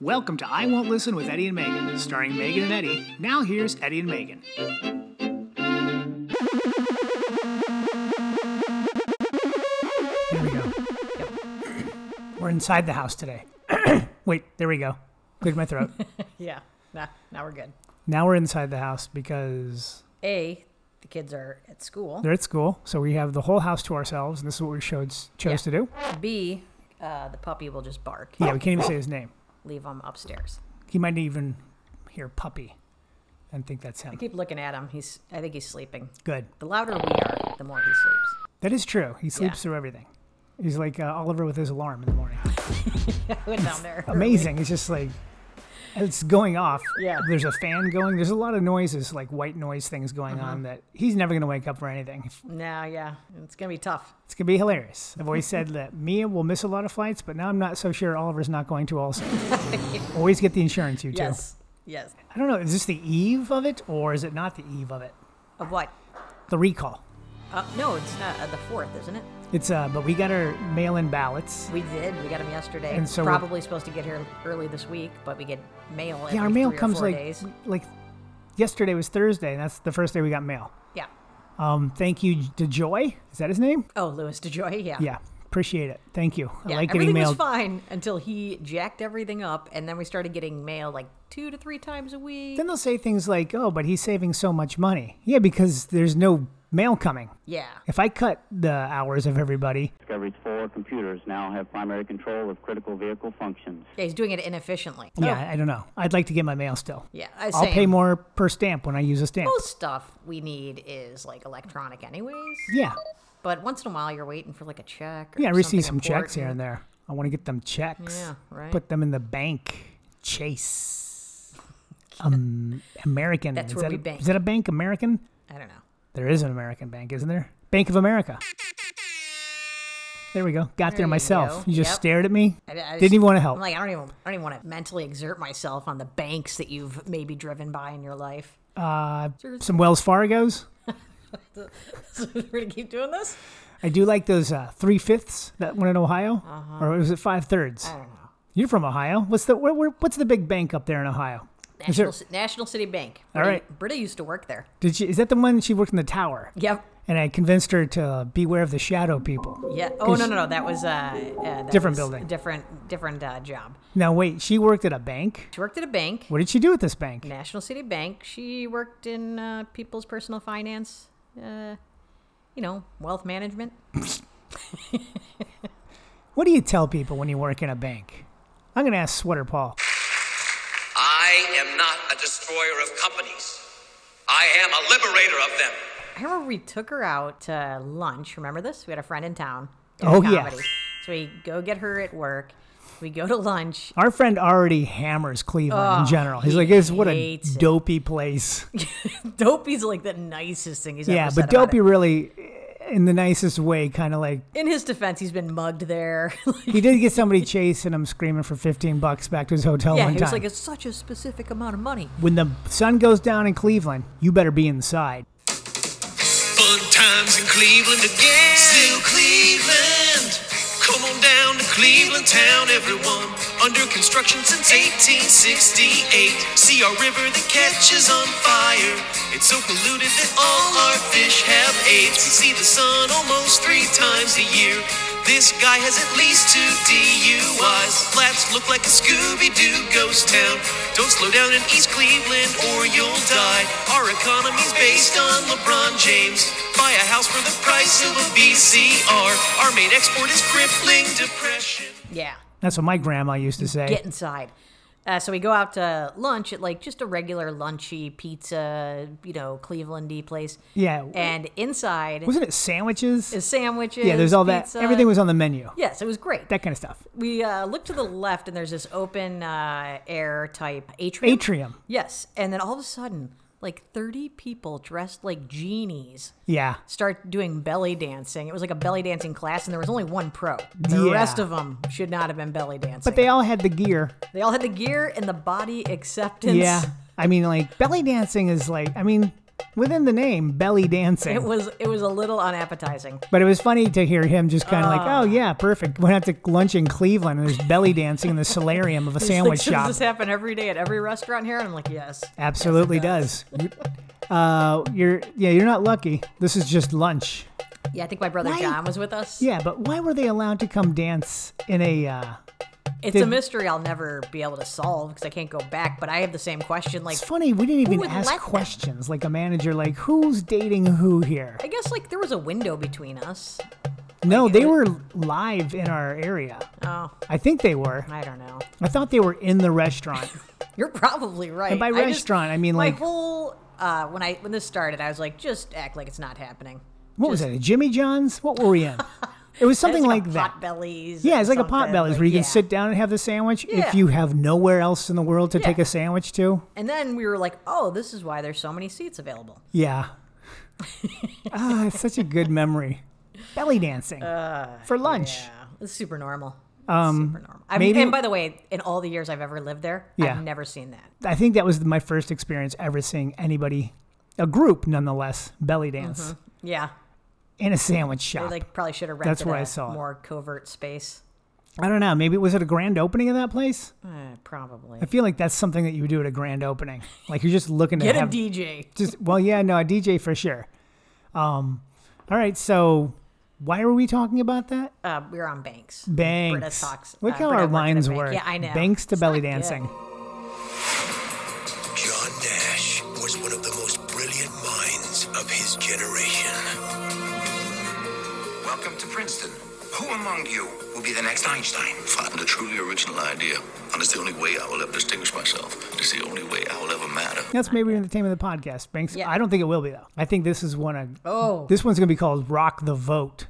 Welcome to I Won't Listen with Eddie and Megan, starring Megan and Eddie. Now here's Eddie and Megan. There we go. Yep. We're inside the house today. Wait, there we go. Cleared my throat. Yeah. Nah, now we're good. now we're inside the house because A, the kids are at school. they're at school, so we have the whole house to ourselves, and this is what we chose, chose to do. B, uh, the puppy will just bark. Yeah, we can't even say his name. Leave him upstairs. He might even hear puppy and think that's I him. keep looking at him. He's. I think he's sleeping. Good. The louder we are, the more he sleeps. That is true. He sleeps through everything. He's like uh, Oliver with his alarm in the morning. I went down there. early. Amazing. It's just like it's going off. Yeah. There's a fan going. There's a lot of noises, like white noise things going on Uh-huh. that he's never going to wake up for anything. Nah, yeah. It's going to be tough. It's going to be hilarious. I've always said that Mia will miss a lot of flights, but now I'm not so sure Oliver's not going to also. always get the insurance, you two. Yes. Yes. I don't know. Is this the eve of it or is it not the eve of it? Of what? The recall. Uh, no, it's not uh, the fourth, isn't it? It's uh, but we got our mail-in ballots. We did. We got him yesterday. And so we're- Probably supposed to get here early this week, but we get mail. Every Yeah, our mail three or comes four like days. like yesterday was Thursday, and that's the first day we got mail. Yeah. Um, thank you to Joy. Is that his name? Oh, Louis DeJoy. Yeah. Yeah, appreciate it. Thank you. I Yeah, like getting everything mail. was fine until he jacked everything up, and then we started getting mail like two to three times a week. Then they'll say things like, "Oh, but he's saving so much money." Yeah, because there's no mail coming. yeah, If I cut the hours of everybody, Discovery's four computers now have primary control of critical vehicle functions. yeah, he's doing it inefficiently. Oh, yeah, I don't know. I'd like to get my mail still. yeah, I I'll pay more per stamp when I use a stamp. Most stuff we need is like electronic, anyways. yeah, But once in a while, you're waiting for like a check. Or yeah. I something receive some checks here and important. there. I want to get them checks. Yeah, right. Put them in the bank. Chase. Um, American. That's is where that we a, bank. Is that a bank? American? I don't know. There is an American bank, isn't there? Bank of America. There we go. Got there, you myself. go. You, just Yep. stared at me. I, I just- Didn't even want to help. I'm like, I don't even, I don't even want to mentally exert myself on the banks that you've maybe driven by in your life. uh, Seriously. some Wells Fargo's. So we're gonna keep doing this. I do like those uh, three fifths that one in Ohio, Uh-huh. or was it five thirds? I don't know. You're from Ohio. What's the where, where, what's the big bank up there in Ohio? Is there- National, Ci- National City Bank. All Britta- right. Britta used to work there. did she, is that the one she worked in the tower? Yep. And I convinced her to beware of the shadow people. Yeah. Oh no no no. That was uh, uh that Different was building. Different different uh, job. Now wait, she worked at a bank. She worked at a bank, What did she do at this bank? National City Bank. She worked in uh, people's personal finance, uh, you know, wealth management. What do you tell people when you work in a bank? I'm going to ask Sweater Paul. I am not a destroyer of companies. I am a liberator of them. I remember we took her out to lunch. Remember this? We had a friend in town. doing Oh, yeah. So we go get her at work. We go to lunch. Our friend already hammers Cleveland in general. He's Oh, he like, it's what a hates it." dopey place. Dopey's like the nicest thing he's yeah, ever said. but about dopey it. really, in the nicest way, kind of like In his defense, he's been mugged there. he did get somebody chasing him, screaming for 15 bucks back to his hotel yeah, Oh, one he time. was like, it's such a specific amount of money. when the sun goes down in Cleveland, you better be inside. Fun times in Cleveland again. Still Cleveland. Come on down to Cleveland town, everyone. Under construction since 1868. See our river that catches on fire. It's so polluted that all our fish have AIDS. We see the sun almost three times a year. This guy has at least two DUIs. Flats look like a Scooby Doo ghost town. Don't slow down in East Cleveland or you'll die. Our economy's based on LeBron James. Buy a house for the price of a VCR. Our main export is crippling depression. Yeah. That's what my grandma used to say. get inside. Uh, so we go out to lunch at like just a regular lunchy pizza, you know, Clevelandy place. yeah. And inside Wasn't it sandwiches? is sandwiches. Yeah, there's all that. pizza. Everything was on the menu. Yes, it was great. That kind of stuff. we uh, look to the left and there's this open uh, air type atrium. Atrium. Yes, and then all of a sudden, like 30 people dressed like genies Yeah. start doing belly dancing. It was like a belly dancing class, and there was only one pro. The Yeah. rest of them should not have been belly dancing. But they all had the gear. they all had the gear and the body acceptance. Yeah. I mean, like belly dancing is like, I mean, within the name, belly dancing. It was it was a little unappetizing. But it was funny to hear him just kind of like, Ah. oh yeah, perfect. Went out to lunch in Cleveland and there's belly dancing in the solarium of a It's sandwich like, shop. Does this happen every day at every restaurant here? And I'm like, yes. Absolutely does. Uh, you're yeah, you're not lucky. This is just lunch. Yeah, I think my brother Why- John was with us. Yeah, but why were they allowed to come dance in a? Uh, it's a mystery I'll never be able to solve because I can't go back. But I have the same question. Like, it's funny we didn't even would ask let them? questions. Like a manager, like who's dating who here? I guess like there was a window between us. No, they were live in our area. Oh, I think they were. I don't know. I thought they were in the restaurant. You're probably right. And by I just- restaurant, I mean, my like- whole uh, when I when this started, I was like, just act like it's not happening. What was it? A Jimmy John's? What were we in? It was something like that. Pot bellies. Yeah, it's like a pot bellies where you yeah. can sit down and have the sandwich Yeah. if you have nowhere else in the world to take Yeah. a sandwich to. And then we were like, oh, this is why there's so many seats available. Yeah. ah, it's such a good memory. Belly dancing Uh, for lunch. Yeah, it's super normal. Um, super normal. I maybe- mean, and by the way, in all the years I've ever lived there, Yeah. I've never seen that. I think that was my first experience ever seeing anybody, a group nonetheless, belly dance Yeah, in a sandwich they shop. Mm-hmm. like probably should have rented That's where a I saw it. more covert space. I don't know. Maybe it was at a grand opening of that place. Eh, probably I feel like that's something that you would do at a grand opening. Like you're just looking to get have a DJ. just well yeah no a dj for sure um all right so why were we talking about that Uh, we were on banks. banks Britta talks. look uh, how our Britta worked at a lines bank. work Yeah, I know. banks to It's belly not good. dancing John Nash was one of the most brilliant minds of his generation. Welcome to Princeton. Who among you will be the next Einstein? Find a truly original idea, and it's the only way I will ever distinguish myself. It's the only way I will ever matter. that's maybe the name of the podcast banks Yeah. i don't think it will be though i think this is one of Oh. this one's gonna be called rock the vote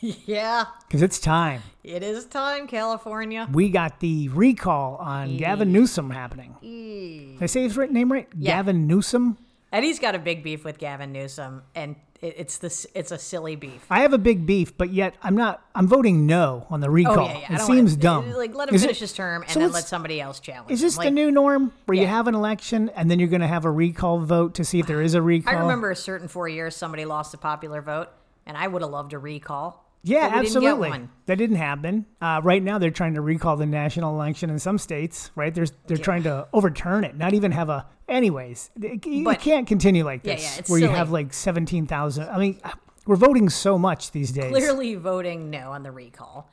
Yeah, because it's time it is time, California. we got the recall on gavin newsom happening did i say his right name right Yeah. gavin newsom Eddie's got a big beef with Gavin Newsom, and it, it's this it's a silly beef. I have a big beef, but yet I'm not. I'm voting no on the recall. Oh yeah, yeah. I It don't seems wanna, dumb. Like let him Is it- finish his term and so then it's- let somebody else challenge. Is him. this like, the new norm where you Yeah. have an election and then you're going to have a recall vote to see if there is a recall? I remember a certain four years somebody lost the popular vote, and I would have loved a recall. Yeah, but we didn't get absolutely. one. That didn't happen. Uh, right now, they're trying to recall the national election in some states. Right? There's they're trying to overturn it, not even have a. Anyways, it, you But- can't continue like Yeah, this, yeah, it's where you silly. have like seventeen thousand. I mean, we're voting so much these days. Clearly voting no on the recall.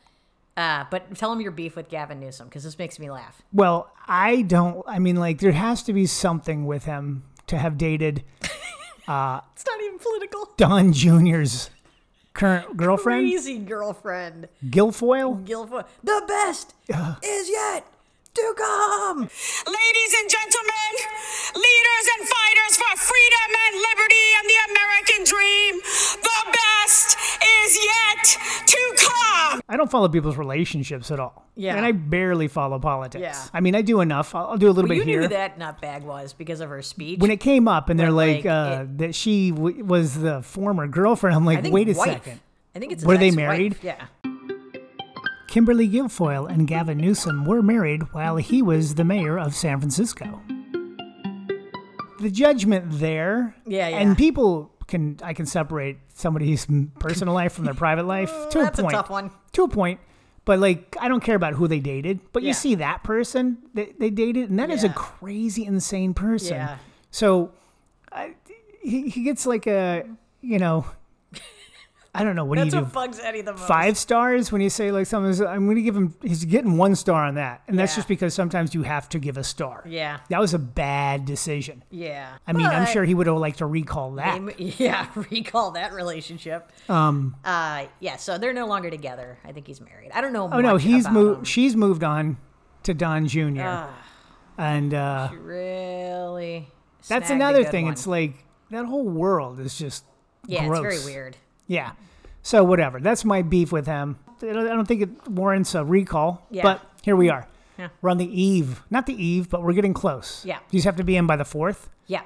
Uh, but tell him your beef with Gavin Newsom because this makes me laugh. Well, I don't. I mean, like there has to be something with him to have dated It's not even political. Don Jr.'s current girlfriend, Crazy girlfriend, Guilfoyle. Guilfoyle. The best is yet to come. Ladies and gentlemen, leaders and fighters for freedom and liberty and the American dream, the best is yet to come. I don't follow people's relationships at all. Yeah. And I barely follow politics. Yeah. I mean, I do enough. I'll, I'll do a little But you bit here. knew who that nutbag was because of her speech. When it came up and they're When, like, like, uh, that she w- was the former girlfriend, I'm like, I think wait a wife. second. I think it's Were his they ex-wife. married? Yeah. Kimberly Guilfoyle and Gavin Newsom were married while he was the mayor of San Francisco. The judgment there, Yeah, yeah. and people can I can separate somebody's personal life from their private life to That's a a point. tough one. To a point, but like I don't care about who they dated, but you Yeah. see that person they, they dated, and that is a Yeah. crazy, insane person. Yeah. So I, he he gets like a you know. I don't know what That's do you what do? bugs Eddie the most. five stars when you say like something's i'm going to give him he's getting one star on that and that's Yeah. just because sometimes you have to give a star Yeah. that was a bad decision Yeah. i mean i'm But- sure he would have liked to recall that Im- yeah, recall that relationship. Um. Uh. Yeah. So they're no longer together. I think he's married. I don't know. oh no he's moved she's moved on to don jr and uh, Really. that's snagged a another good thing one. it's like that whole world is just yeah, it's gross. very weird. yeah so whatever that's my beef with him i don't I don't think it warrants a recall Yeah. but here we are Yeah. we're on the eve not the eve but we're getting close Yeah. you just have to be in by the fourth Yeah.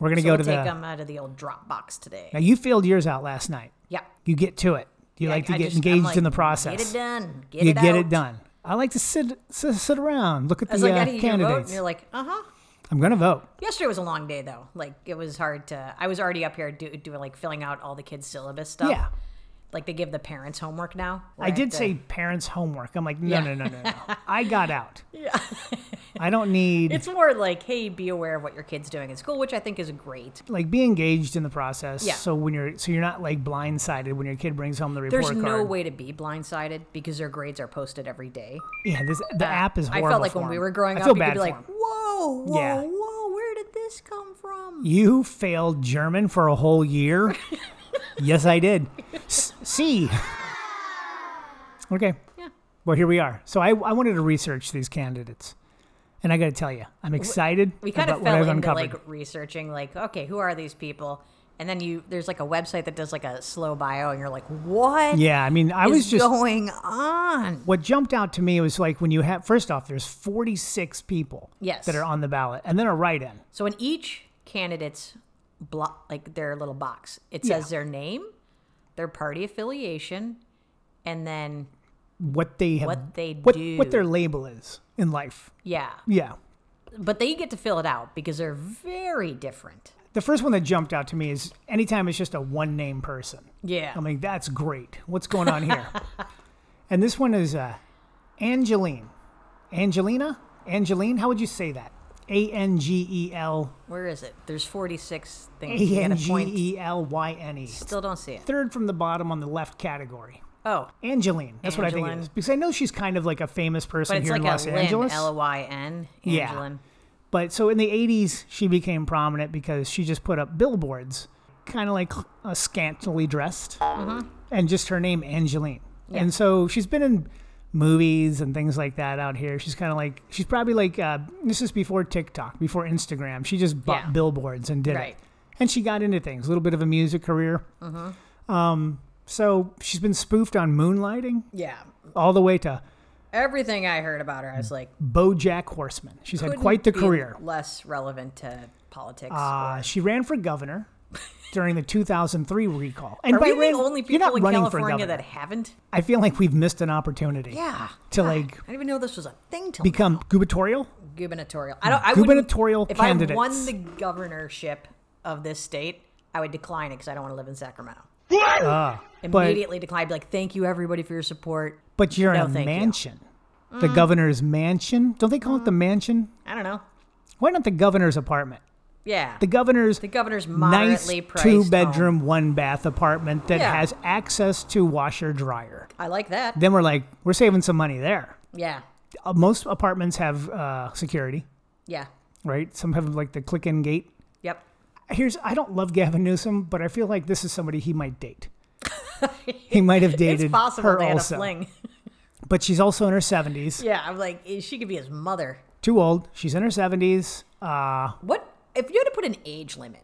We're gonna So go we'll to take the. him out of the old Dropbox today. Now you filled yours out last night. yeah. You get to it. You like to I get just- I'm engaged like, in the process. Get it done. Get you it get out. it done. I like to sit sit, sit around, look at I was the like, uh, Eddie, you vote, and candidates. you're like, uh huh. I'm going to vote. Yesterday was a long day though. Like it was hard to. I was already up here do, doing like filling out all the kids' syllabus stuff. Yeah. Like they give the parents homework now. where I have did to- say parents' homework. I'm like, no, no, Yeah. no, no, no. I got out. Yeah. I don't need it's more like, hey, be aware of what your kid's doing in school, which I think is great. like be engaged in the process. Yeah. So when you're so you're not like blindsided when your kid brings home the report There's card. no way to be blindsided because their grades are posted every day. Yeah, this the app is horrible. I felt like for when we 'em. were growing I up, feel you could bad be for like, 'em. whoa, whoa, Yeah. whoa, where did this come from? You failed German for a whole year? yes, I did. S- C. Okay. Yeah. Well, here we are. So I, I wanted to research these candidates. And I got to tell you, I'm excited We kind about of what I've fell into uncovered. like researching, like, okay, who are these people? And then you, there's like a website that does like a slow bio, and you're like, what is yeah, I mean, I was just going on? what jumped out to me was like when you have first off, there's 46 people Yes. that are on the ballot, and then a write-in. So in each candidate's block, like their little box, it Yeah. says their name, their party affiliation, and then What they have, What they what, do. what their label is in life. yeah. Yeah, But they get to fill it out because they're very different. the first one that jumped out to me is anytime it's just a one-name person. Yeah. I'm like, that's great. What's going on here? and this one is uh, Angeline. Angelina? Angeline? How would you say that? A N G E L Where is it? There's 46 things. A You N gotta G point. E L Y N E. Still don't see it. Third from the bottom on the left category. Oh, Angeline. That's what I think it Angeline. is. Because I know she's kind of like a famous person but it's here like in Los a Lynn, Angeles. L O Y N. Yeah. Angelin. But so in the 80s, she became prominent because she just put up billboards, kind of like uh, scantily dressed, Uh-huh. and just her name, Angeline. And so she's been in movies and things like that out here. She's kind of like, she's probably like, uh, this is before TikTok, before Instagram. She just bought Yeah. billboards and did Right. it. And she got into things, a little bit of a music career. Um, Uh-huh. so she's been spoofed on moonlighting Yeah. all the way to Everything I heard about her, I was like, Bojack Horseman. She's had couldn't quite the be career. Less relevant to politics. Uh, she ran for governor during the 2003 recall. And Are we the ran- only you're people not in running California for governor. that haven't? I feel like we've missed an opportunity. Yeah. Ah. To like I didn't even know this was a thing till become gubernatorial. gubernatorial. I don't. I Gubernatorial would, If I candidates. won the governorship of this state, I would decline it because I don't want to live in Sacramento. Immediately decline. I'd be like, thank you everybody for your support. Ah, But you're No, in a thank you. Mm-hmm. mansion. The governor's mansion. Don't they call it the mansion? I don't know. Why not the governor's apartment? Yeah. The governor's The governor's nice moderately priced two bedroom, home. one bath apartment that Yeah. has access to washer dryer. I like that. Then we're like, we're saving some money there. yeah. Uh, most apartments have uh, security, Yeah. right? Some have like the click in gate. Yep. here's I don't love Gavin Newsom, but I feel like this is somebody he might date. he might have dated it's possible her they had also, a fling. but she's also in her seventies. yeah. I'm like, eh, she could be his mother. Too old. She's in her seventies. Uh, What if you had to put an age limit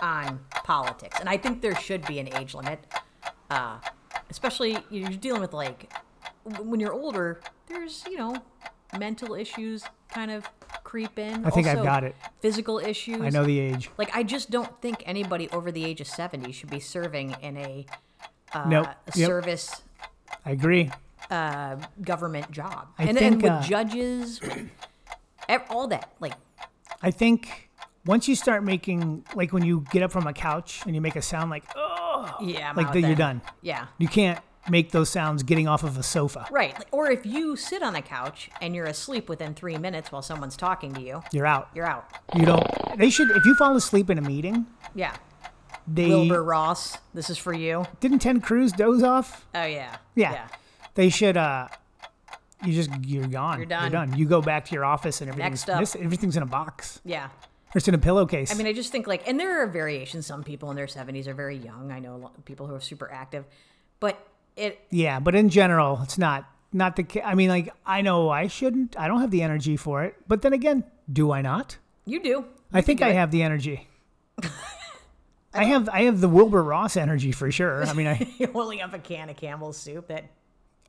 on politics? And I think there should be an age limit, uh, especially you're dealing with like w- when you're older. There's you know mental issues kind of creep in. I think I've Also, got it. Physical issues. I know the age. Like I just don't think anybody over the age of seventy should be serving in a, nope. uh, a Yep. service I agree. government job. I and, think, and with uh, judges, ev- all that. Like I think once you start making like when you get up from a couch and you make a sound like oh, yeah, I'm like out then you're there. done. Yeah. You can't make those sounds getting off of a sofa. Right. like- Or if you sit on a couch and you're asleep within three minutes while someone's talking to you, You're out. you're out. You don't. They should. If you fall asleep in a meeting, Yeah. they Wilbur Ross, this is for you. didn't Ted Cruz doze off. Oh, yeah. Yeah. They should uh you just you're gone. You're done. You go back to your office and everything's Next up. this- everything's in a box. Yeah. Or it's in a pillowcase. I mean, I just think like, and there are variations. Some people in their 70s are very young. I know a lot of people who are super active, but it, yeah, but in general, it's not not the ca- I mean like I know I shouldn't. I don't have the energy for it. But then again, do I not? you do. I think I have the energy. I have I have the Wilbur Ross energy for sure. I mean I You only have a can of Campbell's soup that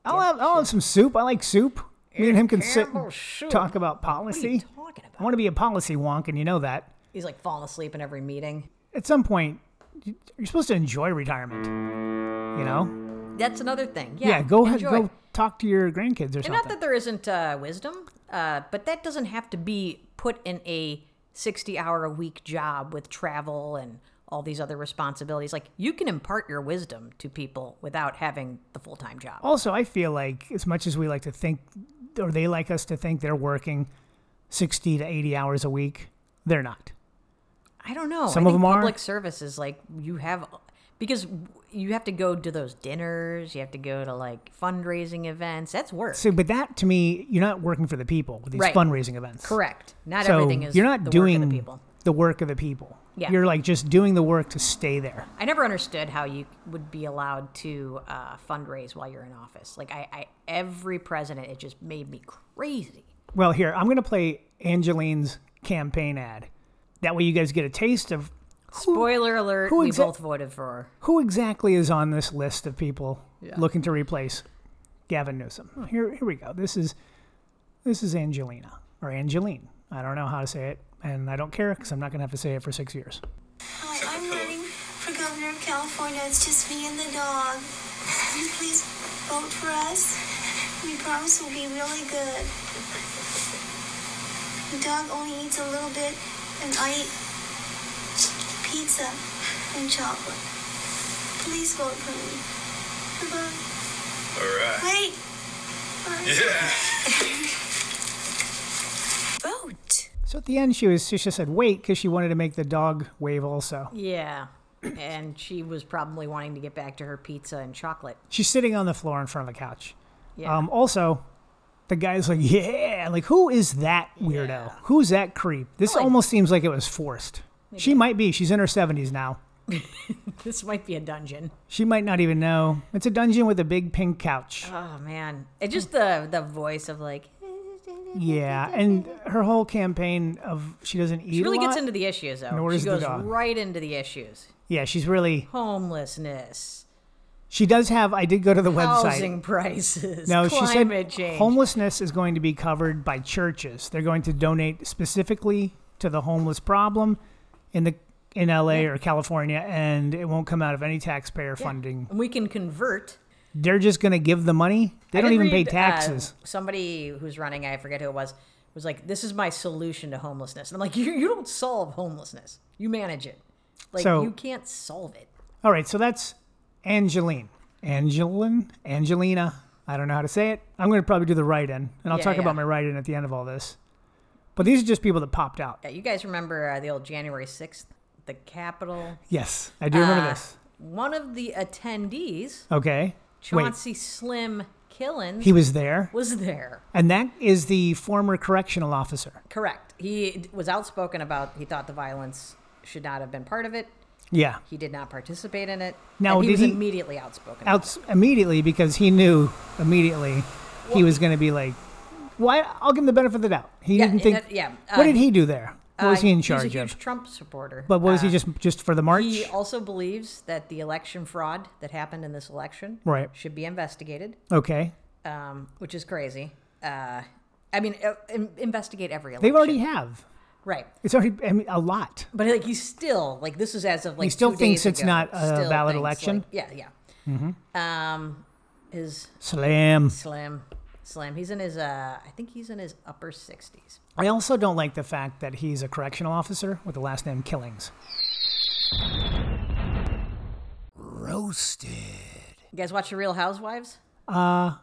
I'll have I'll have some soup. I like soup. Me and him can sit and Campbell's soup. talk about what are you policy. talking about? I want to be a policy wonk and you know that. He's like falling asleep in every meeting. At some point you- you're supposed to enjoy retirement. You know? That's another thing. Yeah. Yeah, go ahead, enjoy. go talk to your grandkids or And something. not that there isn't uh, wisdom, uh, but that doesn't have to be put in a 60 hour a week job with travel and all these other responsibilities. Like, you can impart your wisdom to people without having the full time job. Also, I feel like as much as we like to think, or they like us to think they're working 60 to 80 hours a week, they're not. I don't know. Some I of think them are. public services. Like you have, because you have to go to those dinners. You have to go to like fundraising events. That's work. So, but that to me, you're not working for the people with these Right. fundraising events. Correct. Not So everything is. you're not the doing work of the people. the work of the people. Yeah. You're like just doing the work to stay there. I never understood how you would be allowed to uh, fundraise while you're in office. Like I, I, every president, it just made me crazy. Well, here, I'm going to play Angeline's campaign ad. That way you guys get a taste of Spoiler alert: who We exa- both voted for. who exactly is on this list of people looking to replace Gavin Newsom. Oh, Here, here we go. This is this is Angelina or Angeline. I don't know how to say it, and I don't care because I'm not going to have to say it for six years. Hi, I'm running for governor of California. It's just me and the dog. Will you please vote for us? We promise we'll be really good. The dog only eats a little bit, and I eat pizza and chocolate. Please vote for me. Goodbye. All right. Wait. Vote. So at the end, she was she just said wait because she wanted to make the dog wave. Also, Yeah, and she was probably wanting to get back to her pizza and chocolate. she's sitting on the floor in front of a couch. Yeah. Um, also, the guy's like, yeah, like who is that weirdo? Who's that creep? This Well, like- almost seems like it was forced. She might be. She's in her 70s now. this might be a dungeon. She might not even know. It's a dungeon with a big pink couch. Oh man, it just the the voice of like Yeah, and her whole campaign of she doesn't eat. she really a lot. gets into the issues though. Nor she is the goes dog. right into the issues. Yeah, she's really. Homelessness, She does have. I did go to the website. housing prices, No, she said climate change. homelessness is going to be covered by churches. They're going to donate specifically to the homeless problem in the in LA or California, and it won't come out of any taxpayer funding. and we can convert. They're just going to give the money. They I don't did even pay read, uh, taxes. somebody who's running, I forget who it was, was like, "This is my solution to homelessness." And I'm like, "You you don't solve homelessness. You manage it. Like So- you can't solve it." All right, so that's Angeline. Angeline? Angelina. I don't know how to say it. I'm going to probably do the write in, and I'll Yeah, talk yeah. about my write in at the end of all this. But these are just people that popped out. Yeah, you guys remember uh, the old January sixth, the Capitol? Yes, I do remember Uh, this. One of the attendees, Okay. Chauncey Slim Killens, Wait, he was there? was there. And that is the former correctional officer. Correct. He d- was outspoken about he thought the violence should not have been part of it. Yeah. He did not participate in it. Now, and he did was he- immediately outspoken. about Out immediately because he knew immediately he was going to be like, well, I- I'll give him the benefit of the doubt. He Yeah, didn't think. that- yeah, what uh, did he do there? What it. was he in Uh, charge He's a huge of? Trump supporter. But what was he Uh, just just for the march? He also believes that the election fraud that happened in this election Right. should be investigated, okay. um, which is crazy. Uh, I mean, uh, in- investigate every election. They've already have. right. It's already I mean, a lot. But like he's still like this is as of like still two thinks days it's ago. not a Still valid thinks, election? Mm-hmm. like- yeah, yeah. Um, his Slam. slim, slim. He's in his uh, I think he's in his upper sixties. I also don't like the fact that he's a correctional officer with the last name Killings. You guys watch the Real Housewives? I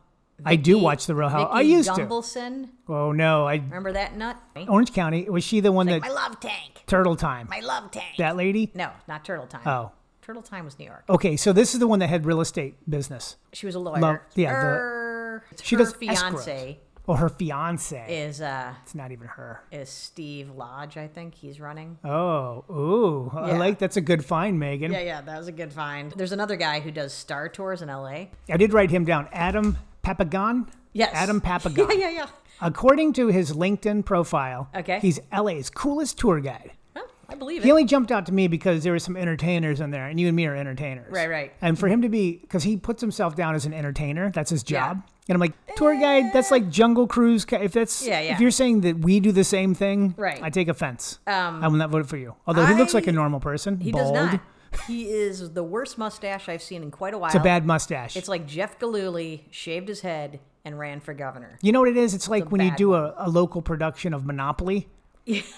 do watch the Real House. I used to. Dumbleson. Oh no, I Remember that nut? Orange County was she the one Like, that my love tank. Turtle Time? My love tank. That lady. no, not Turtle Time. Oh, Turtle Time was New York. okay. So this is the one that had real estate business. She was a lawyer. Love- yeah, the- her, She her does fiance Or her fiance. is uh It's not even her. is Steve Lodge. I think he's running. Oh, ooh, I Yeah. like that's a good find, Megan. Yeah, yeah, that was a good find. There's another guy who does star tours in LA. I did write him down. Adam Papagon. Yes. Adam Papagon. Yeah, yeah, yeah. According to his LinkedIn profile, Okay. he's LA's coolest tour guide. Well, I believe He it. only jumped out to me because there were some entertainers in there, and you and me are entertainers. Right, right. And for him to be, because he puts himself down as an entertainer, that's his job. And I'm like, tour guide, that's like Jungle Cruise. ki- If that's, Eh. Yeah, yeah. if you're saying that we do the same thing, Right. I take offense. Um, I will not vote for you. Although he looks like a I- normal person. He bald. does not. He is the worst mustache I've seen in quite a while. It's a bad mustache. It's like Jeff Galooly shaved his head and ran for governor. you know what it is? It's like when you bad do a, a local production of Monopoly,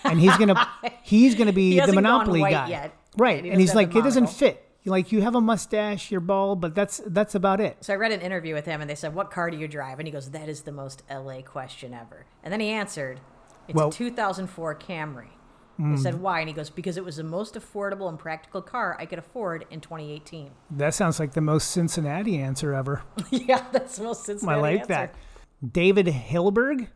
and he's gonna he's gonna be the hasn't gone monopoly white guy, yet. right? He and he's doesn't have like, the it doesn't monocle." fit. Like you have a mustache, you're bald, but that's that's about it. So I read an interview with him, and they said, "What car do you drive?" And he goes, "That is the most LA question ever." And then he answered, "It's Well- Hmm. a 2004 Camry." They said, "Why?" And he goes, "Because it was the most affordable and practical car I could afford in 2018." That sounds like the most Cincinnati answer ever. yeah, that's the most sensitive. I like answer. that. David Hilberg.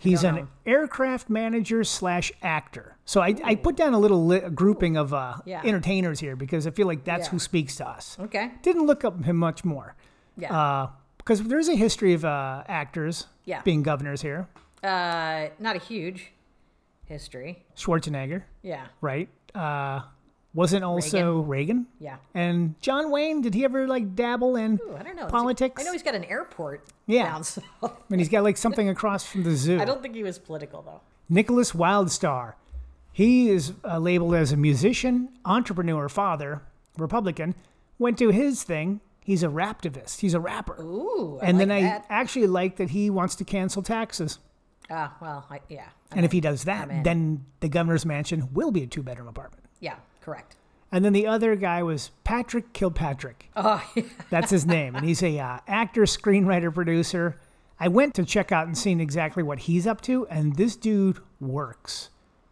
He's an aircraft manager slash actor. So I, I put down a little li- grouping of uh, Yeah. entertainers here because I feel like that's Yeah. who speaks to us. Okay. Didn't look up him much more Uh, Yeah. because there's a history of uh, actors Yeah. being governors here. Uh, not a huge history. Schwarzenegger, Yeah. right? Uh, wasn't also Reagan. Yeah. And John Wayne, did he ever like dabble in Ooh, I don't know. Is he- politics? I know he's got an airport. Yeah. Down south. and he's got like something across from the zoo. I don't think he was political though. Nicholas Wildstar. He is uh, labeled as a musician, entrepreneur, father, Republican. Went to his thing. He's a raptivist. He's a rapper. Ooh. I and like then I that. actually like that he wants to cancel taxes. Ah, well, I, yeah. I- And if he does that, in. then the governor's mansion will be a two bedroom apartment. yeah. Correct. And then the other guy was Patrick Kilpatrick. Oh, That's his name. And he's a uh, actor, screenwriter, producer. I went to check out and seen exactly what he's up to, and this dude works.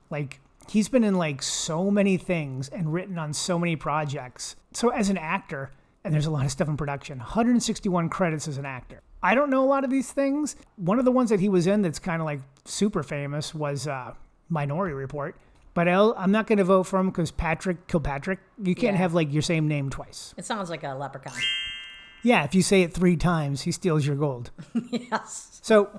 Like he's been in like so many things and written on so many projects. So as an actor, and there's a lot of stuff in production. 161 credits as an actor. I don't know a lot of these things. One of the ones that he was in that's kind of like super famous was uh, Minority Report. But I'll, I'm not going to vote for him because Patrick Kilpatrick. You can't Yeah. have like your same name twice. It sounds like a leprechaun. Yeah, if you say it three times, he steals your gold. yes. So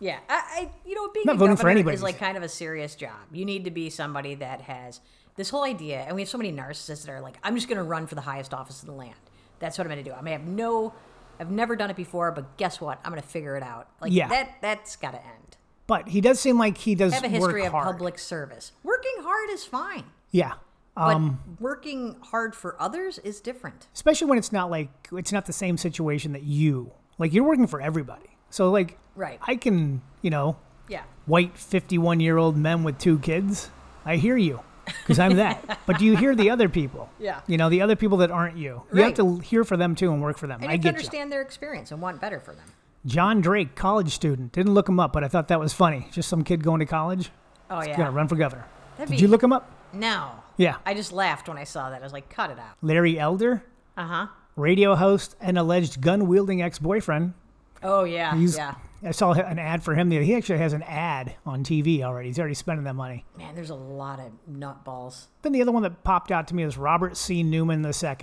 Yeah. I, I you know, being Not a voting for governor anybody. is like kind of a serious job. You need to be somebody that has this whole idea, and we have so many narcissists that are like, "I'm just going to run for the highest office in the land. That's what I'm going to do. I may have no, I've never done it before, but guess what? I'm going to figure it out. Like Yeah. that. That's got to end. But he does seem like he does Have a history work of hard. public service. Working hard is fine, Yeah, Uh, but Um, working hard for others is different. especially when it's not like it's not the same situation that you like. You're working for everybody, so like Right. I can you know Yeah. white 51 year old men with two kids. I hear you because I'm that. but do you hear the other people? Yeah. You know the other people that aren't you. You have Right. to hear for them too and work for them. And I you have to get you. understand their experience and want better for them. John Drake, college student. Didn't look him up, but I thought that was funny. Just some kid going to college. Oh yeah. Gonna run for governor. That'd Did be- you look him up? No. Yeah. I just laughed when I saw that. I was like, cut it out. Larry Elder. Uh Uh-huh. huh. radio host and alleged gun wielding ex boyfriend. Oh yeah. He's yeah. I saw an ad for him. the He actually has an ad on TV already. He's already spending that money. Man, there's a lot of nutballs. Then the other one that popped out to me is Robert C. Newman II,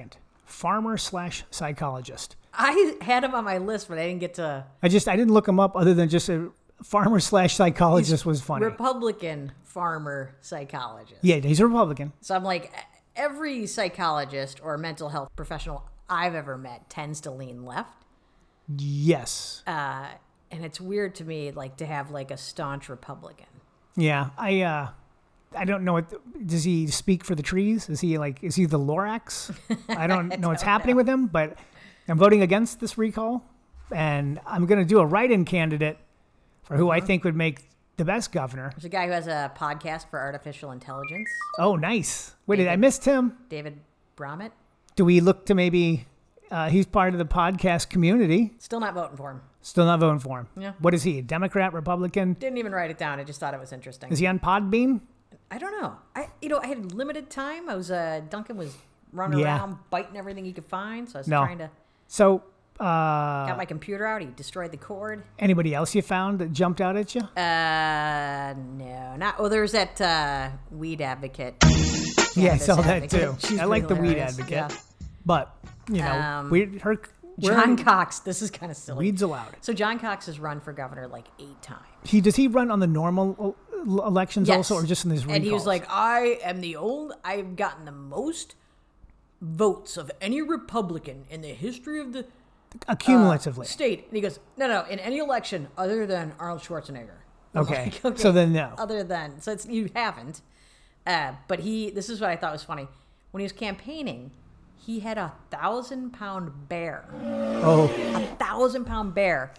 farmer slash psychologist. I had him on my list, but I didn't get to I just I didn't look him up other than just a farmer slash psychologist was funny. Republican farmer psychologist. yeah, he's a Republican. So I'm like, every psychologist or mental health professional I've ever met tends to lean left, Yes. and it's weird to me like to have like a staunch Republican. yeah. I uh I don't know what does he speak for the trees? Is he like is he the Lorax? I don't know what's happening with him, but I'm voting against this recall and I'm going to do a write-in candidate for who I think would make the best governor. There's a guy who has a podcast for artificial intelligence, Oh, nice. Wait, did I missed him? David Bromett. Do we look to maybe uh, he's part of the podcast community. Still not voting for him. Still not voting for him. Yeah. What is he? A Democrat, Republican? Didn't even write it down. I just thought it was interesting. Is he on Podbean? I don't know. I you know I had limited time. I was uh Duncan was running Yeah. around biting everything he could find, so I was No. Uh, trying to So, got my computer out. He destroyed the cord. anybody else you found that jumped out at you? Uh no, not. Oh, there's that uh, weed advocate. yeah, I cannabis saw that too. advocate. She's I like the pretty weed hilarious. advocate, Yeah. but you know, Um, weird. Her where John Cox. This is kind of silly. weeds allowed. So John Cox has run for governor like eight times. He does he run on the normal el- elections Yes. also, or just in these recalls? And he was like, I am the old, I've gotten the most votes of any Republican in the history of the accumulatively. state. And he goes, no, no, in any election other than Arnold Schwarzenegger. I'm Okay. like, So then no. Other than, so it's, you haven't. Uh, but he, this is what I thought was funny. When he was campaigning, he had a thousand pound bear, oh, a thousand pound bear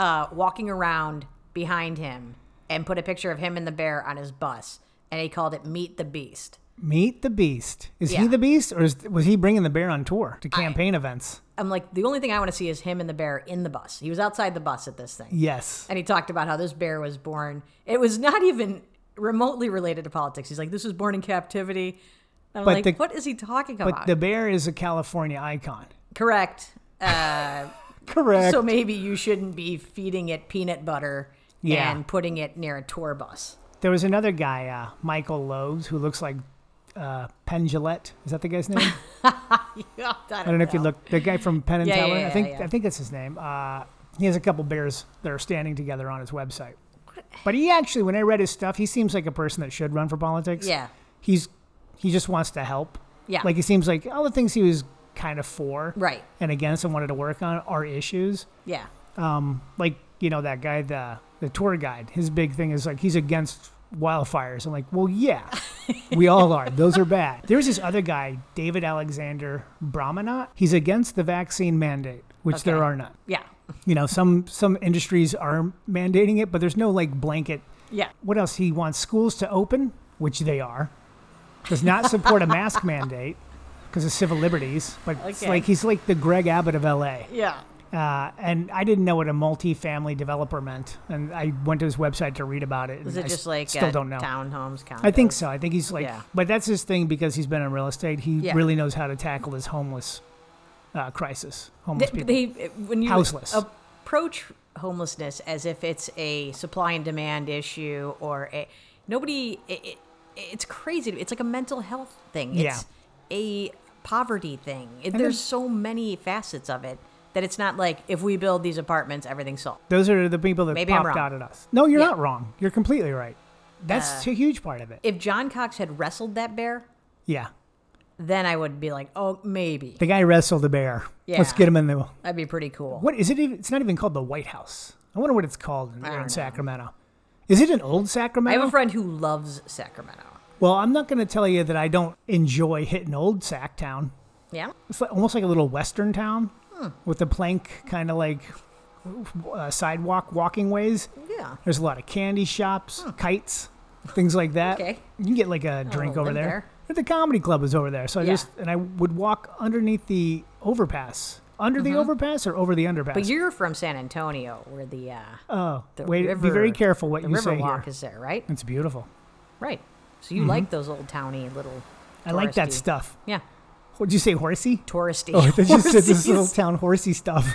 uh, walking around uh, behind him and put a picture of him and the bear on his bus, and he called it Meet the Beast. Meet the Beast. Is he Yeah. the Beast, or is, was he bringing the bear on tour to campaign events? I'm like, the only thing I want to see is him and the bear in the bus. He was outside the bus at this thing. Yes. And he talked about how this bear was born. It was not even remotely related to politics. He's like, this was born in captivity. I'm But like, the- what is he talking But about? the bear is a California icon. Correct. Correct. So maybe you shouldn't be feeding it peanut butter Yeah. and putting it near a tour bus. there was another guy, uh, Michael Loves, who looks like uh, Penn Jillette. Is that the guy's name? I I don't know if you look. The guy from Penn and Yeah, yeah, Teller. yeah, I think yeah. I think that's his name. Uh, he has a couple bears that are standing together on his website. But he actually, when I read his stuff, he seems like a person that should run for politics. Yeah. He's he just wants to help. Yeah. Like he seems like all the things he was kind of for Right. and against and wanted to work on are issues. Yeah. Like you know that guy the the tour guide. His big thing is like he's against wildfires. I'm like, well, yeah, we all are. Those are bad. There's this other guy, David Alexander Brahmanat. He's against the vaccine mandate, which there Okay. are none. Yeah. You know, some some industries are mandating it, but there's no like blanket Yeah. what else? He wants schools to open, which they are. Does not support a mask mandate because of civil liberties. Like, it's Okay. like he's like the Greg Abbott of L.A. Yeah. Uh, and I didn't know what a multi-family developer meant, and I went to his website to read about it. and Is it I just s- like still uh, don't know? townhomes? Condos? I think so. I think he's like, Yeah. but that's his thing because he's been in real estate. He Yeah. really knows how to tackle this homeless uh, crisis. Homeless people. They, they when you Houseless. approach homelessness as if it's a supply and demand issue or a nobody. It, it, it's crazy. It's like a mental health thing. It's a poverty thing. It, there's so many facets of it that it's not like if we build these apartments, everything's solved. Those are the people that Maybe I'm popped wrong. out at us. No, you're Yeah. Uh, not wrong. You're completely right. That's a huge part of it. If John Cox had wrestled that bear, yeah. then I would be like, oh, maybe The guy wrestled a bear. Yeah. Let's get him in the. that'd be pretty cool. What is it? Even, it's not even called the White House. I wonder what it's called in, don't in know. Sacramento. Is it an old I Sacramento? have a friend who loves Sacramento. well, I'm not going to tell you that I don't enjoy hitting old Sac Town. Yeah. It's like, almost like a little Western town with the plank kind of like uh, sidewalk walking ways. Yeah. There's a lot of candy shops, kites, things like that. Okay. You can get like a drink I'll over live there. there. But The comedy club is over there. So I Yeah. just, and I would walk underneath the overpass. Under the overpass or over the underpass? Mm-hmm. But you're from San Antonio, where the uh, oh, the wait, be very careful what the you say here. Mm. Riverwalk is there, right? It's beautiful. Right. So you like those old towny little. I like that touristy- stuff. Yeah, Would you say horsey? touristy. Oh, they just said this little horsies. town horsey stuff.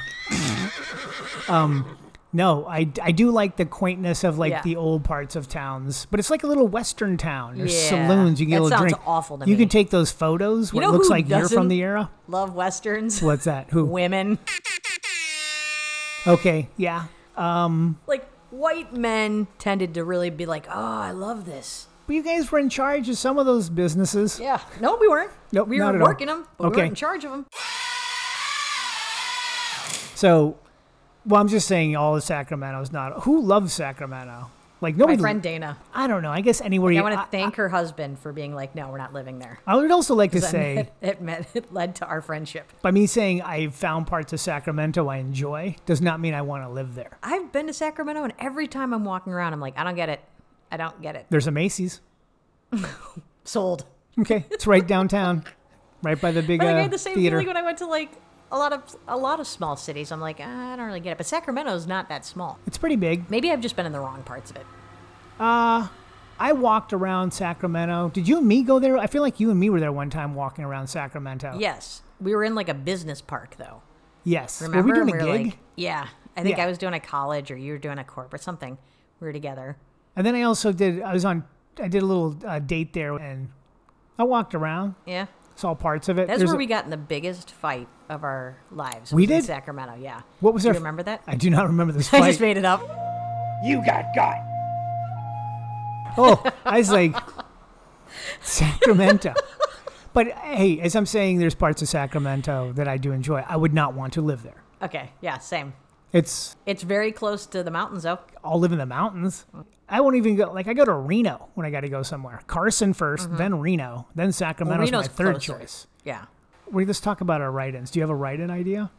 um, no, I, I do like the quaintness of like Yeah. the old parts of towns, but it's like a little western town. There's Yeah. saloons. You can get That a little sounds drink. awful to you me. can take those photos. What know looks who like you're from doesn't? the era. Love westerns. What's that? Who? Women Okay, yeah. like white men tended to really be like, oh, I love this. But you guys were in charge of some of those businesses. Yeah. No, we weren't. Nope, we not were at all. working them, but we Okay. weren't in charge of them. So, well, I'm just saying all of Sacramento is not. Who loves Sacramento? Like nobody. My friend Dana. I don't know. I guess anywhere I you. want to I, thank her husband for being like, no, we're not living there. I would also like to That say, meant- it meant it led to our friendship. by me saying I found parts of Sacramento I enjoy, does not mean I want to live there. I've been to Sacramento, and every time I'm walking around, I'm like, I don't get it. I don't get it. There's a Macy's. Sold. Okay, it's right downtown, right by the big But like, uh, I had the same theater. feeling when I went to like a lot of a lot of small cities. I'm like, "Ah, I don't really get it. But Sacramento's not that small. it's pretty big. Maybe I've just been in the wrong parts of it. I walked around Sacramento. Did you and me go there? I feel like you and me were there one time walking around Sacramento. Yes, we were in like a business park though. Yes. Remember? Were we And doing a were gig? like, yeah, I think Yeah. I was doing a college or you were doing a corporate something. We were together. And then I also did. I was on. I did a little uh, date there, and I walked around, Yeah, saw parts of it. that's There's where a- we got in the biggest fight of our lives. We was in did? Sacramento. Yeah. What was Do our? you remember that? I do not remember this I fight. just made it up. oh, I was like Sacramento. But hey, as I'm saying, there's parts of Sacramento that I do enjoy. I would not want to live there. Okay. Yeah. Same. It's It's very close to the mountains though. I'll live in the mountains. I won't even go. Like I go to Reno when I got to go somewhere. Carson 1st then Reno, then Sacramento's Mm-hmm. Reno's my third closer. choice. Yeah. We let's talk about our write-ins. Do you have a write-in idea?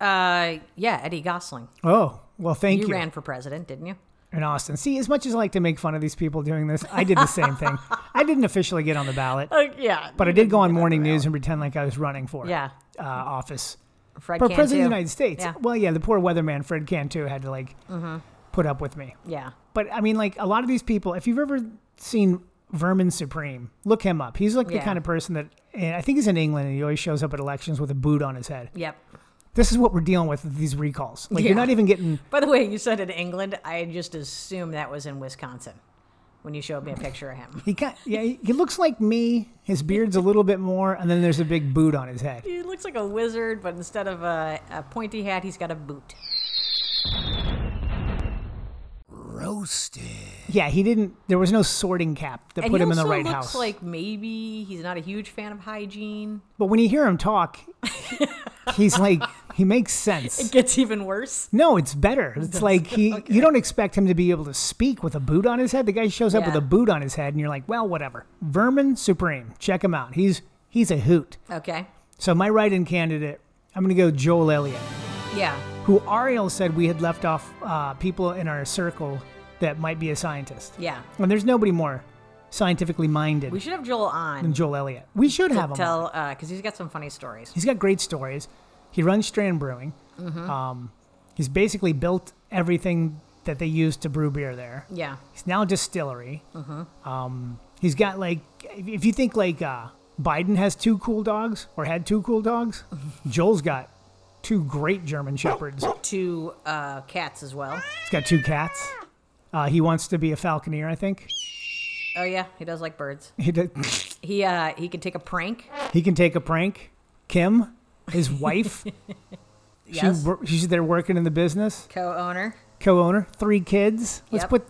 Uh, yeah. Eddie Gosling. Oh, well, thank you you. ran for president, didn't you? in Austin. See, as much as I like to make fun of these people doing this, I did the same thing. I didn't officially get on the ballot, Uh, yeah. but I did go on morning news and pretend like I was running for Yeah. uh, office Fred for can president of too. the United States. Yeah. Mm-hmm. Well, yeah, the poor weatherman Fred Cantu had to like put up with me. Yeah. But I mean, like a lot of these people, if you've ever seen Vermin Supreme, look him up. He's like the Yeah. kind of person that, and I think he's in England and he always shows up at elections with a boot on his head. Yep. This is what we're dealing with with these recalls. Like Yeah. you're not even getting. By the way, you said in England. I just assumed that was in Wisconsin when you showed me a picture of him. He got yeah. He, he looks like me. His beard's a little bit more, and then there's a big boot on his head. He looks like a wizard, but instead of a, a pointy hat, he's got a boot. Yeah, he didn't. There was no sorting cap that And put he him in also the right looks house. like maybe he's not a huge fan of hygiene. but when you hear him talk, he's like he makes sense. Gets even worse. No, it's better. It's like he you don't expect him to be able to speak with a boot on his head. The guy shows up with Yeah. a boot on his head and you're like, "Well, whatever." Vermin Supreme. Check him out. He's he's a hoot. Okay. So my write-in candidate, I'm going to go Joel Elliott, Yeah. who Ariel said we had left off uh, people in our circle that might be a scientist. Yeah. And there's nobody more scientifically minded We should have Joel on than Joel Elliott. We should have to him. on. tell because he's got some funny stories. He's got great stories. He runs Strand Brewing. Um, he's basically built everything that they use to brew beer there. Yeah. He's now a distillery. Um, he's got like, if if you think like uh, Biden has two cool dogs or had two cool dogs, Joel's got two great German shepherds. He's Two uh, cats as well. got two cats. Uh, he wants to be a falconer, I think. Oh yeah, he does like birds. He did, He uh, he can take a prank. he can take a prank. Kim, his wife, Yes. she, wor- she's there working in the business. Co-owner. co-owner, three kids. Let's Yep. put.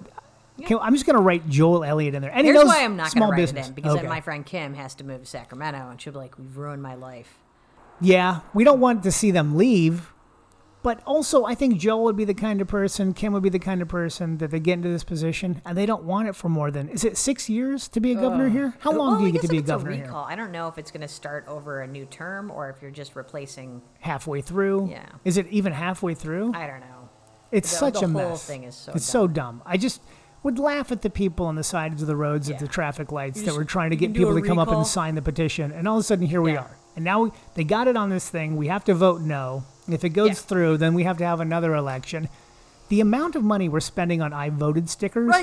Can- I'm just gonna write Joel Elliott in there. And he Here's knows why I'm not going small to write business. it in because Okay. then my friend Kim has to move to Sacramento and she'll be like, "We've ruined my life." yeah, we don't want to see them leave. But also, I think Joel would be the kind of person, Kim would be the kind of person that they get into this position and they don't want it for more than is it six years to be a governor here? How long Uh, Well, do I you get guess to if be a it's governor here? recall, I don't know if it's going to start over a new term or if you're just replacing. Halfway through? Yeah. Is it even halfway through? I don't know. It's The- such the a whole mess. thing is so it's dumb. so dumb. I just would laugh at the people on the sides of the roads at the traffic lights that were trying to you get can do people a to come up recall. and sign the petition, and all of a sudden here we Yeah. are. And now we, they got it on this thing. We have to vote no. If it goes Yeah. through, then we have to have another election. The amount of money we're spending on "I voted" stickers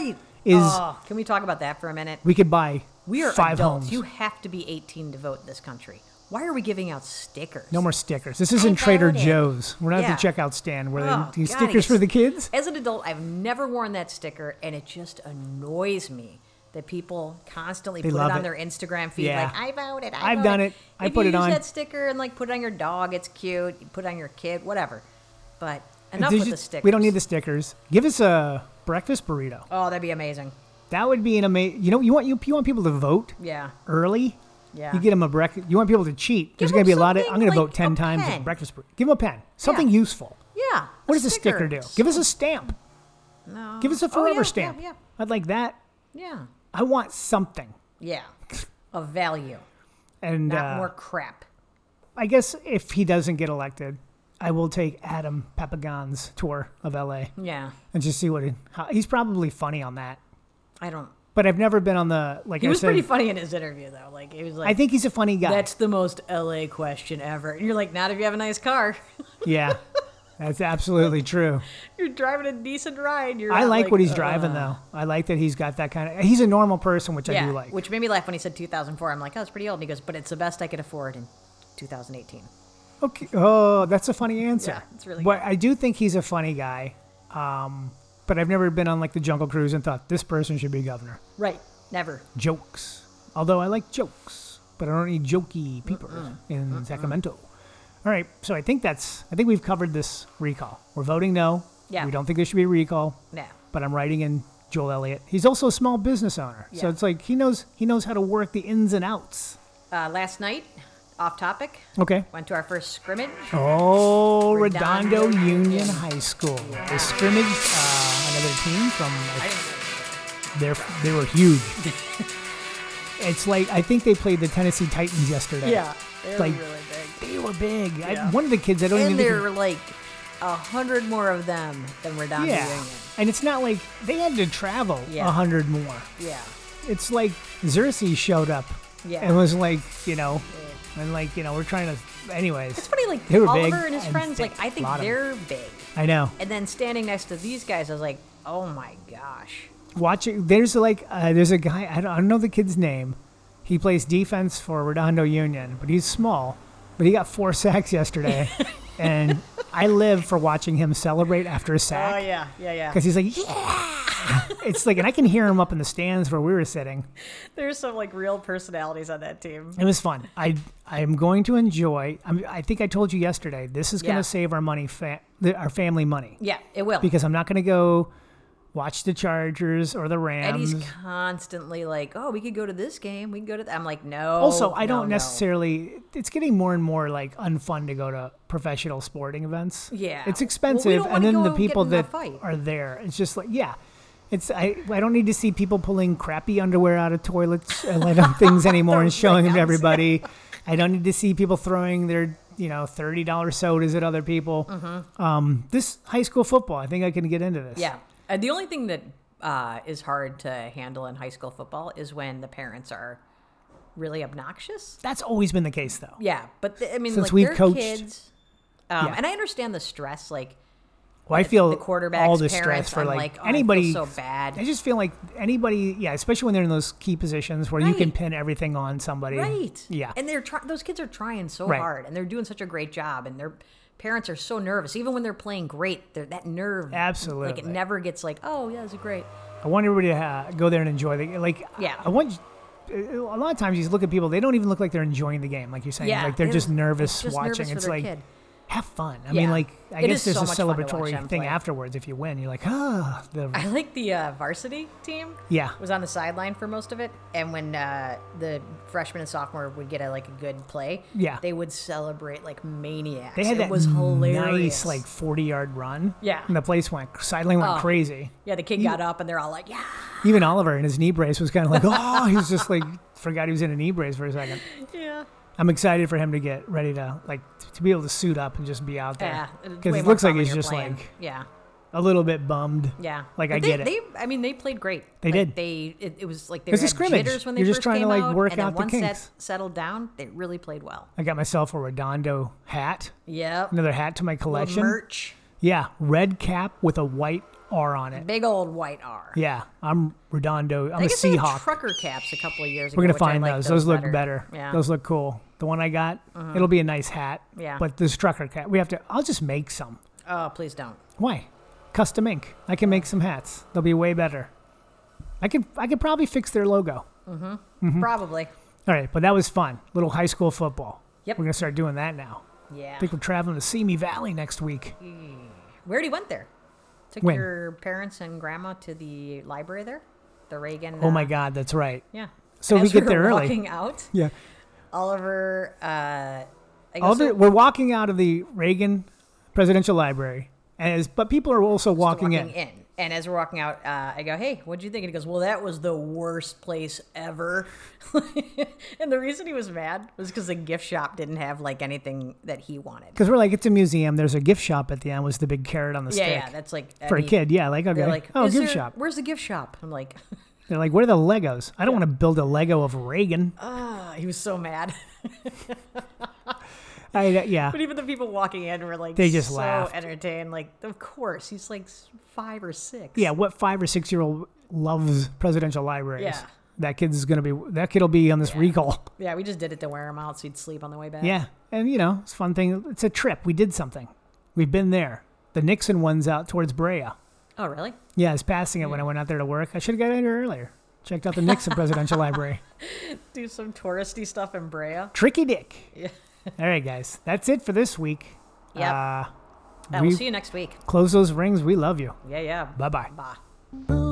is Oh, can we talk about that for a minute? we could buy We are five adults. homes. You have to be 18 to vote in this country. Why are we giving out stickers? no more stickers. This isn't Trader voted. Joe's. We're not Yeah. at the checkout stand where Oh, they do God, stickers it for the kids. gets- As an adult, I've never worn that sticker, and it just annoys me that people constantly put it love on it. their Instagram feed. Yeah. Like, I voted. I I've done voted." it. I if put you it use on. that sticker and like put it on your dog, it's cute. You put it on your kid, whatever. But enough Did with you- the stickers. We don't need the stickers. Give us a breakfast burrito. Oh, that'd be amazing. That would be an amazing. You know, you want you, you want people to vote Yeah. early. Yeah. You get them a breakfast. You want people to cheat. There's Give going to be a them lot of. I'm something going to vote like ten a times at pen. breakfast. Bre- Give them a pen. Something Yeah. useful. Yeah. What does a sticker do? Give us a stamp. No. Give us a Oh, forever yeah, yeah, stamp. yeah. I'd like that. Yeah. I want something. Yeah. A value, And not uh, more crap. I guess if he doesn't get elected, I will take Adam Papagon's tour of L.A. Yeah. and just see what he, how, he's probably funny on that. I don't. But I've never been on the like He I was said. pretty funny in his interview though. Like he was like, I think he's a funny guy. That's the most LA question ever. And you're like, not if you have a nice car. yeah, that's absolutely true. You're driving a decent ride. You're I not like, what he's uh, driving though. I like that he's got that kind of. He's a normal person, which Yeah, I do like. which made me laugh when he said 2004. I'm like, oh, it's pretty old. And he goes, but it's the best I could afford in 2018. okay. Oh, that's a funny answer. Yeah, it's really But I do think he's a funny guy. Um, but I've never been on like the Jungle Cruise and thought this person should be governor. Right. Never. Jokes. Although I like jokes, but I don't need jokey people in Sacramento. All right, so I think that's. I think we've covered this recall. We're voting no. Yeah. We don't think there should be a recall. No. but I'm writing in Joel Elliott. He's also a small business owner, so Yeah. it's like he knows he knows how to work the ins and outs. Uh, last night, off topic, Okay. went to our first scrimmage. Oh, Redondo, Redondo Union, Union. High School. They scrimmaged uh, another team from. Like, they're they were huge. it's like I think they played the Tennessee Titans yesterday. They're Like- really big. They were big. I, one of the kids I don't And even. think there were like a hundred more of them than Redondo Yeah. Union. And it's not like they had to travel a Yeah. hundred more. Yeah. It's like Xerxes showed up Yeah. and was like, you know, and like, you know, we're trying to. Anyways, It's funny, like They were Oliver big and his and friends, thick. like I think Lot of they're big. I know. And then standing next to these guys, I was like, oh my gosh. watching there's like uh, there's a guy I don't, I don't know the kid's name he plays defense for redondo union but he's small but he got four sacks yesterday and i live for watching him celebrate after a sack Oh, yeah, yeah, yeah. because he's like yeah it's like and i can hear him up in the stands where we were sitting There's some like real personalities on that team. it was fun i i'm going to enjoy I'm, i think i told you yesterday this is going Yeah. to save our money fa- the- our family money Yeah, it will. because i'm not going to go watch the chargers or the rams Eddie's constantly like, oh, we could go to this game. We can go to. That. I'm like, no. Also, I Oh, no, don't no." necessarily. It's getting more and more like unfun to go to professional sporting events. Yeah. it's Well, we expensive, don't and wanna then go the get people in a that fight. are there, it's just like yeah, it's I. I don't need to see people pulling crappy underwear out of toilets and like things anymore and showing them to everybody. I don't need to see people throwing their you know thirty dollar sodas at other people. Um, this high school football, I think I can get into this. Mm-hmm. Yeah. Uh, the only thing that uh, is hard to handle in high school football is when the parents are really obnoxious. that's always been the case though. Yeah, but the, I mean, Since like we've their coached. kids, um, Yeah. and I understand the stress. Like Well, I feel the quarterback's all the stress parents, for I'm like, like, "Oh, I feel anybody. so bad." I just feel like anybody, yeah, especially when they're in those key positions where you can Right. pin everything on somebody. right, Yeah. and they're try- those kids are trying so Right. hard, and they're doing such a great job, and their parents are so nervous, even when they're playing great. They're that nerve, Like Absolutely. it never gets like, oh yeah, this is great. I want everybody to uh, go there and enjoy the like. Yeah. I want. A lot of times you just look at people; they don't even look like they're enjoying the game, like you're saying. Yeah, like they're they're- just nervous they're just nervous watching. for it's their like kid. have fun. I Yeah. mean, like I It guess there's is so a much fun to watch celebratory them thing play. afterwards if you win. You're like, ah, the, I like the uh, varsity team. Yeah. was on the sideline for most of it, and when uh, the freshman and sophomore would get a, like a good play, Yeah. they would celebrate like maniacs. they had it that was hilarious. nice like 40 yard run. Yeah. and the place went sideline went Oh. crazy. yeah, the kid got up, and they're all like, yeah. Even Oliver in his knee brace was kind of like, oh, he was just like, forgot he was in a knee brace for a second. Yeah. I'm excited for him to get ready to, like, to be able to suit up and just be out Yeah. there. it's Because way it more looks like fun when he's you're just, playing. like, Yeah. a little bit bummed. Yeah. Like, But I they, get it. They, I mean, they played great. They Like, did. They, it, it was like they was a had scrimmage. jitters when they You're first just trying to, came like, out, work and then out the once kinks. that settled down, they really played well. I got myself a Redondo hat, Yep. another hat to my collection. Merch, Yeah, red cap with a white R on it. big old white R. Yeah, I'm Redondo. I'm I a guess they had Seahawk. trucker caps a couple of years ago. We're gonna which I find like those. Those, look better. Yeah. Mm-hmm. Those look cool. The one I got, it'll be a nice hat. Yeah. But this trucker cat, we have to. I'll just make some. oh, please don't. Why? Custom ink. I can make some hats. They'll be way better. I could I could probably fix their logo. Mm-hmm. Probably. All right, but that was fun. Little high school football. Yep. Ah. We're gonna start doing that now. Yeah. I think we're traveling to Simi Valley next week. We already went there. Took When? your parents and grandma to the library there, the Reagan. Oh uh, my God, that's right. Yeah. So And we as we get were there early. Walking out, Yeah. Oliver. Uh, I guess All it- the, we're walking out of the Reagan Presidential Library, as but people are also walking, in. And as we're walking out, uh, I go, "Hey, what'd you think?" And he goes, "Well, that was the worst place ever." and the reason he was mad was because the gift shop didn't have like anything that he wanted. Because we're like, it's a museum. There's a gift shop at the end. Was the big carrot on the Yeah, stick yeah, that's like I for a mean, kid? Yeah, like okay. They're like, oh, "Is gift there- shop. Where's the gift shop? I'm like, They're like, where are the Legos? I don't want to build a Lego of Reagan. "Ah," he was so mad. I, yeah. but even the people walking in were like, They just so laughed. entertained. Like, of course, he's like s- five or six. Yeah, what five or six year old loves presidential libraries? Yeah. That kid's gonna be that kid'll be on this recall. yeah. We just did it to wear him out so he'd sleep on the way back. Yeah. And you know, it's a fun thing. It's a trip. We did something. We've been there. The Nixon one's out towards Brea. Oh, really? Yeah, I was passing it when I went out there to work. I should have got in there earlier. Checked out the Nixon Presidential Library. Do some touristy stuff in Brea. Tricky Dick. Yeah. All right, guys. That's it for this week. Yep. Uh, Yeah, we- we'll see you next week. close those rings. We love you. Yeah, yeah. Bye bye. Bye. Ooh,